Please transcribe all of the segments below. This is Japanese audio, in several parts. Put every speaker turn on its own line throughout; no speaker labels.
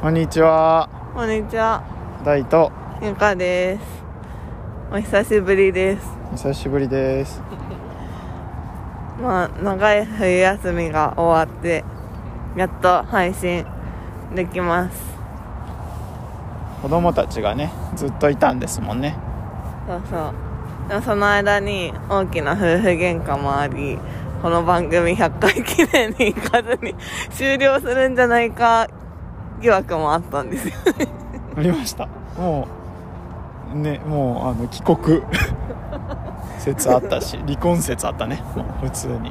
こんにちは
こんにちは、
大と
ゆかです。お久しぶりです。
久しぶりです
まあ、長い冬休みが終わって、やっと配信できます。
子供たちがねずっといたんですもんね
そうそう。でもその間に大きな夫婦喧嘩もあり、この番組100回記念に行かずに終了するんじゃないか疑惑もあったんですよ。
ありましたもうねもうあの帰国 説あったし離婚説あったねもう普通に
うん、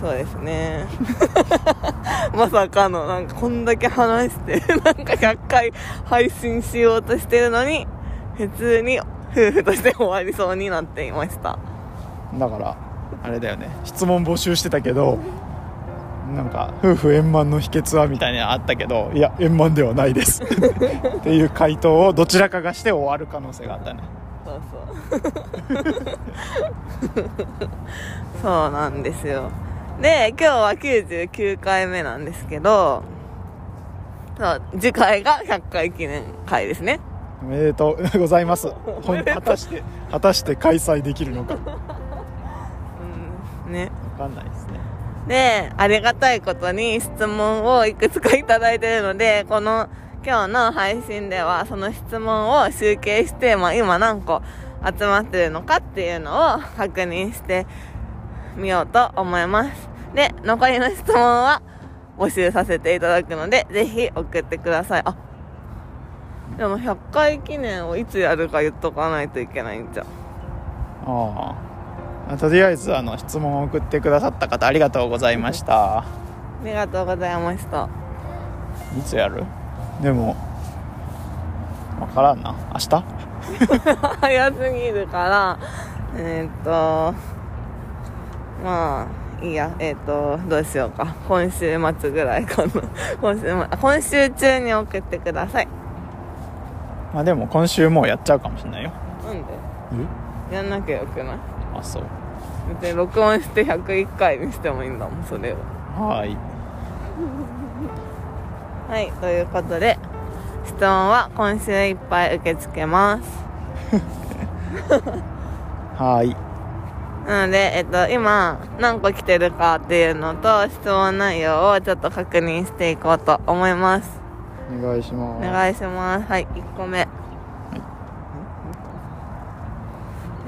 そうですね。 まさかの、なんかこんだけ話して、 なんか100回配信しようとしてるのに、普通に夫婦として終わりそうになっていました。
だからあれだよね質問募集してたけどなんか夫婦円満の秘訣はみたいなのあったけどいや円満ではないですっていう回答をどちらかがして終わる可能性があったね
そうそう。 そうなんですよ。で、今日は99回目なんですけど、そう、次回が100回記念会ですね。
おめでと うございますほん果たして果たして開催できるのか
うん、ね。
分かんないですね
で、ありがたいことに質問をいくつかいただいてるので、この今日の配信ではその質問を集計して、まあ今何個集まってるのかっていうのを確認してみようと思います。で、残りの質問は募集させていただくので、ぜひ送ってください。あ、でも100回記念をいつやるか言っとかないといけないんじゃん。
ああとりあえずあの質問を送ってくださった方ありがとうございました
ありがとうございました。
いつやるでも分からんな明日
早すぎるからえーっとまあいいやえーっとどうしようか今週末ぐらいかな 今週末あ今週中に送ってください
まあでも今週もうやっちゃうかもしれないよ
なんでやんなきゃよくない
あそう
別に録音して101回にしてもいいんだもんそれを
はい
はいということで質問は今週いっぱい受け付けます
はい
なので、えっと、今、何個来てるかっていうのと、質問内容をちょっと確認していこうと思います。
お願いし
お
ます
願いします。はい、1個目。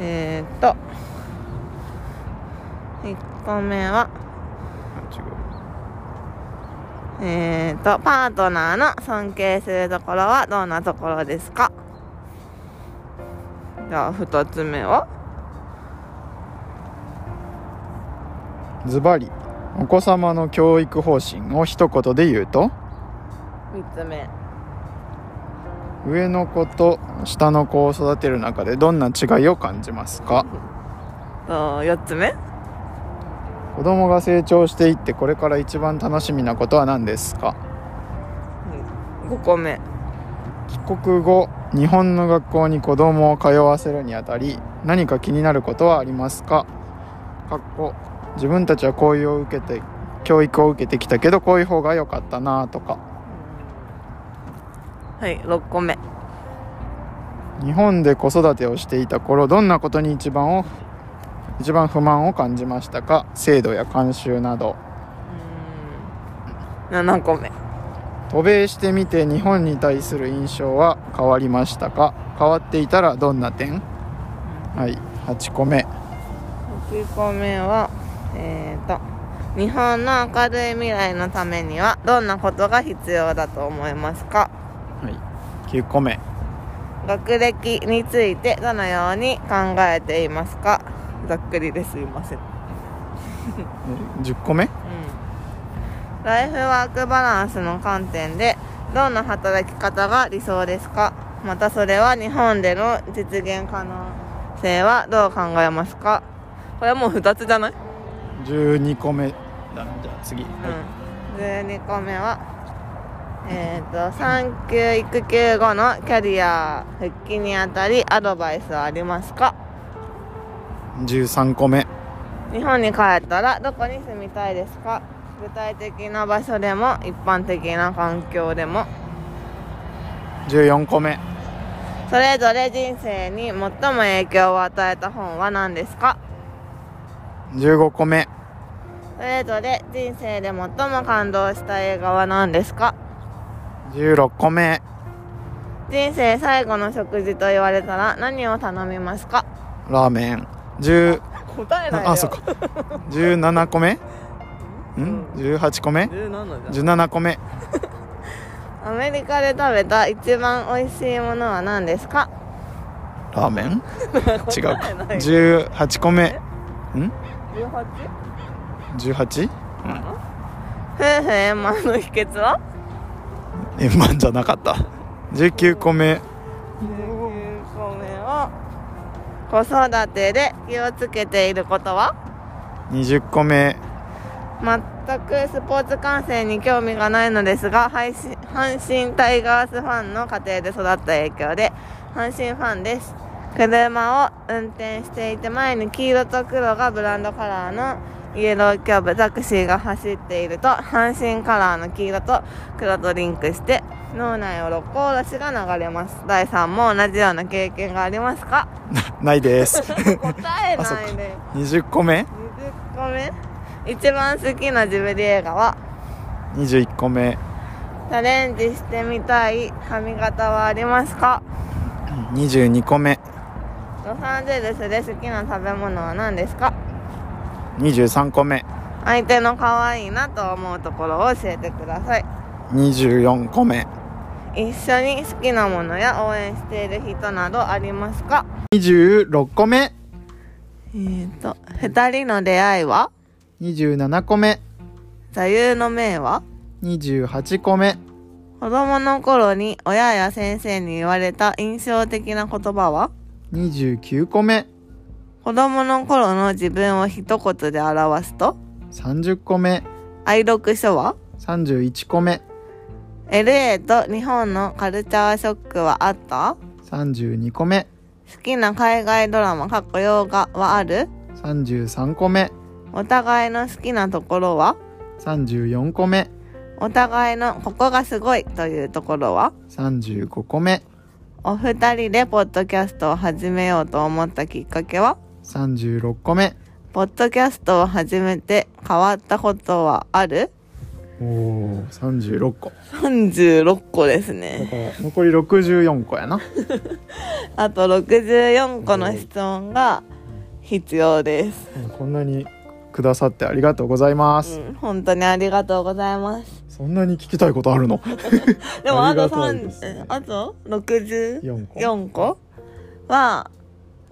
えー、っと、1個目は、
違う
えー、っと、パートナーの尊敬するところはどんなところですかじゃあ、2つ目は
ズバリお子様の教育方針を一言で言うと
?3 つ目。
上の子と下の子を育てる中でどんな違いを感じますか
と、4つ目
子供が成長していってこれから一番楽しみなことは何ですか
?5 個目。
帰国後日本の学校に子供を通わせるにあたり何か気になることはありますかかっこ自分たちはこういうを受けて教育を受けてきたけどこういう方が良かったなとか
はい、6個目。
日本で子育てをしていた頃どんなことに一番を一番不満を感じましたか制度や慣習など
7個目
渡米してみて日本に対する印象は変わりましたか変わっていたらどんな点はい8個目
8個目はえー、と日本の明るい未来のためにはどんなことが必要だと思いますか
はい9個目
学歴についてどのように考えていますかざっくりですいません、うん、
10個目
ライフワークバランスの観点でどんな働き方が理想ですかまたそれは日本での実現可能性はどう考えますかこれはもう2つじゃない
12個目だなじゃあ次、は
うん、12個目はえっ、と産休育休後のキャリア復帰にあたりアドバイスはありますか
い、13個目
日本に帰ったらどこに住みたいですか具体的な場所でも一般的な環境でも
14個目
それぞれ人生に最も影響を与えた本は何ですか
15個目
それぞれ人生で最も感動した映画は何ですか
16個目
人生最後の食事と言われたら何を頼みますか
ラーメン10
答えないよ
あそっか17個目ん18個目
17じゃん
17個目
アメリカで食べた一番美味しいものは何ですか
ラーメン違うか
答え ない
18個目ん
18?
18?
夫婦円満の秘訣は
円満じゃなかった19個目
19個目を子育てで気をつけていることは
20個目
全くスポーツ観戦に興味がないのですが配信阪神タイガースファンの家庭で育った影響で阪神ファンです車を運転していて前に黄色と黒がブランドカラーのイエローキャブタクシーが走っていると阪神カラーの黄色と黒とリンクして脳内を六甲おろしが流れます第3も同じような経験がありま すか
ないです
答え
あそっ
な
か
いで
20個目
20個目一番好きなジブリ映画は
21個目
チャレンジしてみたい髪型はありますか
22個目
ロサンゼルスで好きな食べ物は何ですか
23個目
相手の可愛いなと思うところを教えてください
24個目
一緒に好きなものや応援している人などありますか
26個目
えーと2人の出会いは
27個目
座右の銘は
28個目
子供の頃に親や先生に言われた印象的な言葉は
29個目
子供の頃の自分を一言で表すと
30個目
愛読書は
31個目
LA と日本のカルチャーショックはあった
32個目
好きな海外ドラマかっこ洋画はある
33個目
お互いの好きなところは
34個目
お互いのここがすごいというところは
35個目
お二人でポッドキャストを始めようと思ったきっかけは
36個目
ポッドキャストを始めて変わったことはある
おお36個
?36 個です
だ
ね。
から残り64個やな
あと64個の質問が必要です。
こんなにくださってありがとうございます、
うん、本当にありがとうございます。
そんなに聞きたいことあるの
でも
あ
あ
りが
と
たい
三
ですね
あと64
4個
個は、ま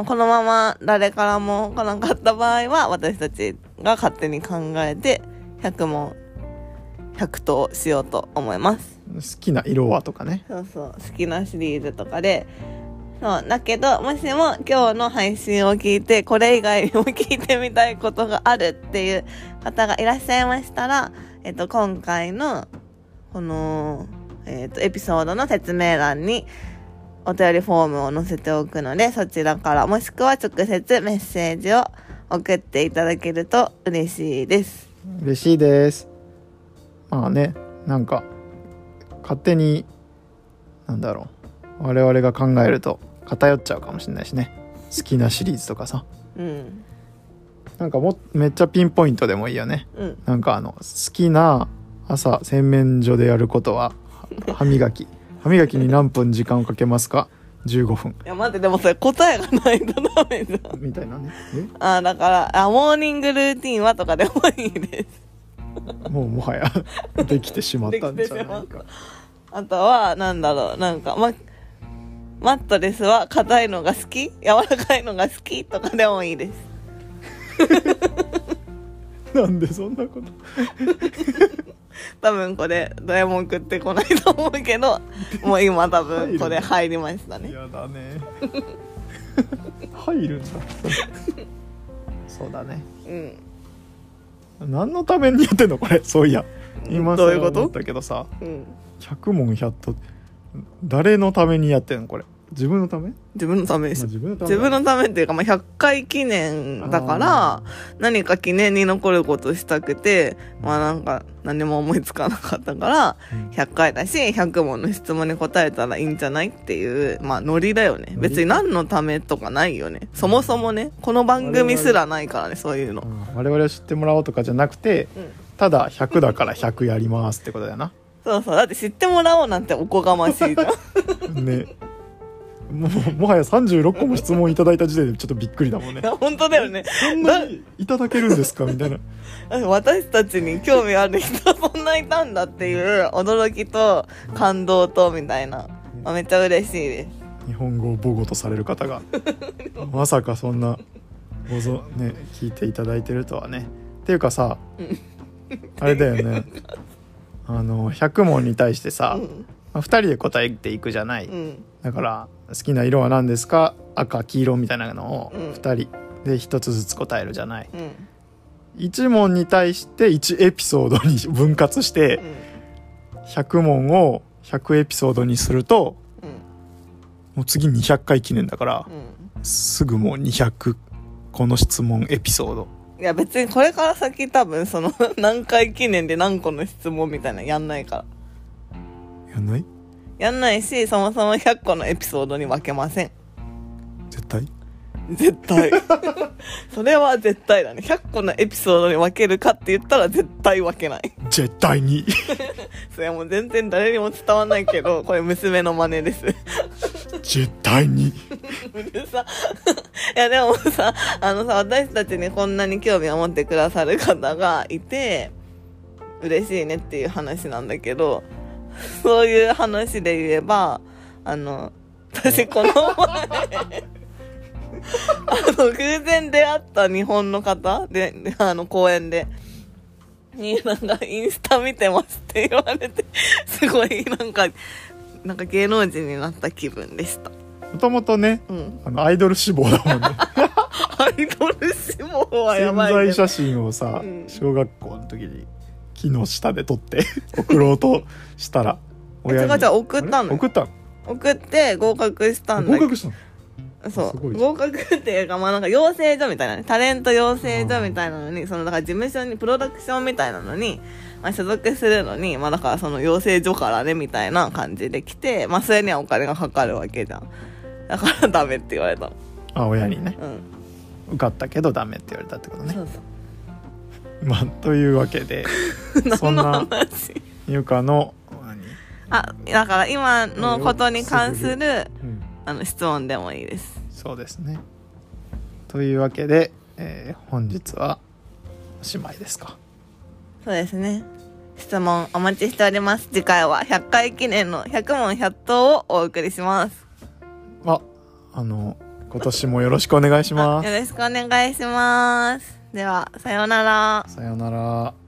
あこのまま誰からも来なかった場合は、私たちが勝手に考えて、100問、100答しようと思います。
好きな色はとかね
そうそう、好きなシリーズとかで。そう、だけど、もしも今日の配信を聞いて、これ以外にも聞いてみたいことがあるっていう方がいらっしゃいましたら、えっと、今回の、この、えっと、エピソードの説明欄に、お便りフォームを載せておくので、そちらから、もしくは直接メッセージを送っていただけると嬉しいです。
嬉しいですまあねなんか勝手になんだろう我々が考えると偏っちゃうかもしれないしね好きなシリーズとかさ
うん。
なんかもうめっちゃピンポイントでもいいよね
うん。
なんかあの好きな朝洗面所でやることはは歯磨き歯磨きに何分時間をかけますか15分
いや、待って、でもそれ答えがないとダメじゃん。
みたいなね
あだからあ、モーニングルーティンはとかでもいいです。
えもうもはやできてしまったんじゃないか
あとは、なんだろう、なんか、ま、マットレスは硬いのが好き柔らかいのが好きとかでもいいです。
なんでそんなこと
多分これ、誰も送ってこないと思うけど、もう今多分これ入りましたね。
嫌だね入るんだそうだね
うん。
何のためにやってんのこれそういや今
どう
更
いうこと
思ったけどさ
うん。
100問100と誰のためにやってんのこれ自分のため、ま
自分のため
あ
です
自分のため
自分のためっていうか、まあ、100回記念だから、何か記念に残ることしたくて、まあなんか何も思いつかなかったから、
うん
100回だし、100問の質問に答えたらいいんじゃないっていう、まあノリだよね。
ノリ
別に何のためとかないよね。そもそもね、この番組すらないからね、そういうの
う。ん我々を知ってもらおうとかじゃなくて、
うん
ただ100だから100やりますってことだよな
そうそう。だって知ってもらおうなんておこがましいじゃ ん。
ねもうもはや36個も質問いただいた時点でちょっとびっくりだもんね
いや本当だよね。
そんなにいただけるんですかみたいな
だって私たちに興味ある人そんないたんだっていう驚きと感動とみたいな、まあ、めっちゃ嬉しいです
日本語を母語とされる方 がまさかそんなご存ね聞いていただいてるとはねっていうかさあれだよねあの100問に対してさ、
うん
まあ、2人で答えていくじゃない、
うん
だから好きな色は何ですか赤黄色みたいなのを
うん
2人で1つずつ答えるじゃない
うん
1問に対して1エピソードに分割し
う
て
ん
100問を100エピソードにすると
うん
もう次200回記念だから
う
すぐもう200この質問エピソード
んいや別にこれから先多分その何回記念で何個の質問みたいなのやんないから
やんない
やんないしそもそも100個のエピソードに分けません
絶対
絶対それは絶対だね100個のエピソードに分けるかって言ったら絶対分けない
絶対に
それはもう全然誰にも伝わんないけど、これ娘の真似です。
絶対 に
うるさ。 いやでもさ、あのさ、私たちにこんなに興味を持ってくださる方がいて、嬉しいねっていう話なんだけど、そういう話で言えば、あの、私この前、 あの、偶然出会った日本の方で、であの、公園で。に、なんか、インスタ見てますって言われて、 すごい、なんか、なんか芸能人になった気分でした。
もともとね
うん。
あのアイドル志望だもんね
アイドル志望は や
潜
ばい
在
けど。
写真をさ、
うん
小学校の時に木の下で撮って 送ろうとしたら
え違う違う送った
あ
の
れ送ったの
送って合格したんだ
合
けど。
格したの
そ
すご
う。
いじゃん
合格っていうか、まあなんか養成所みたいなね。タレント養成所みたいなのに、そのだから事務所に、プロダクションみたいなのに、まあ所属するのに、まあだからその養成所からね、みたいな感じで来て、まあそれにはお金がかかるわけじゃん。だからダメって言われたの。
あ親にね
うん。
受かったけどダメって言われたってことね
そう
まあというわけ で
そう。
そんな
何の話
ゆかの何
あ、だから今のことに関する、
うん
あの質問でもいいです。
そうですねというわけで、えー本日はおしまいですか
そうですね。質問お待ちしております。次回は100回記念の100問100答をお送りします。
ああの今年もよろしくお願いしま
よ
す
ろしくお願いします。では、さようなら。
さようなら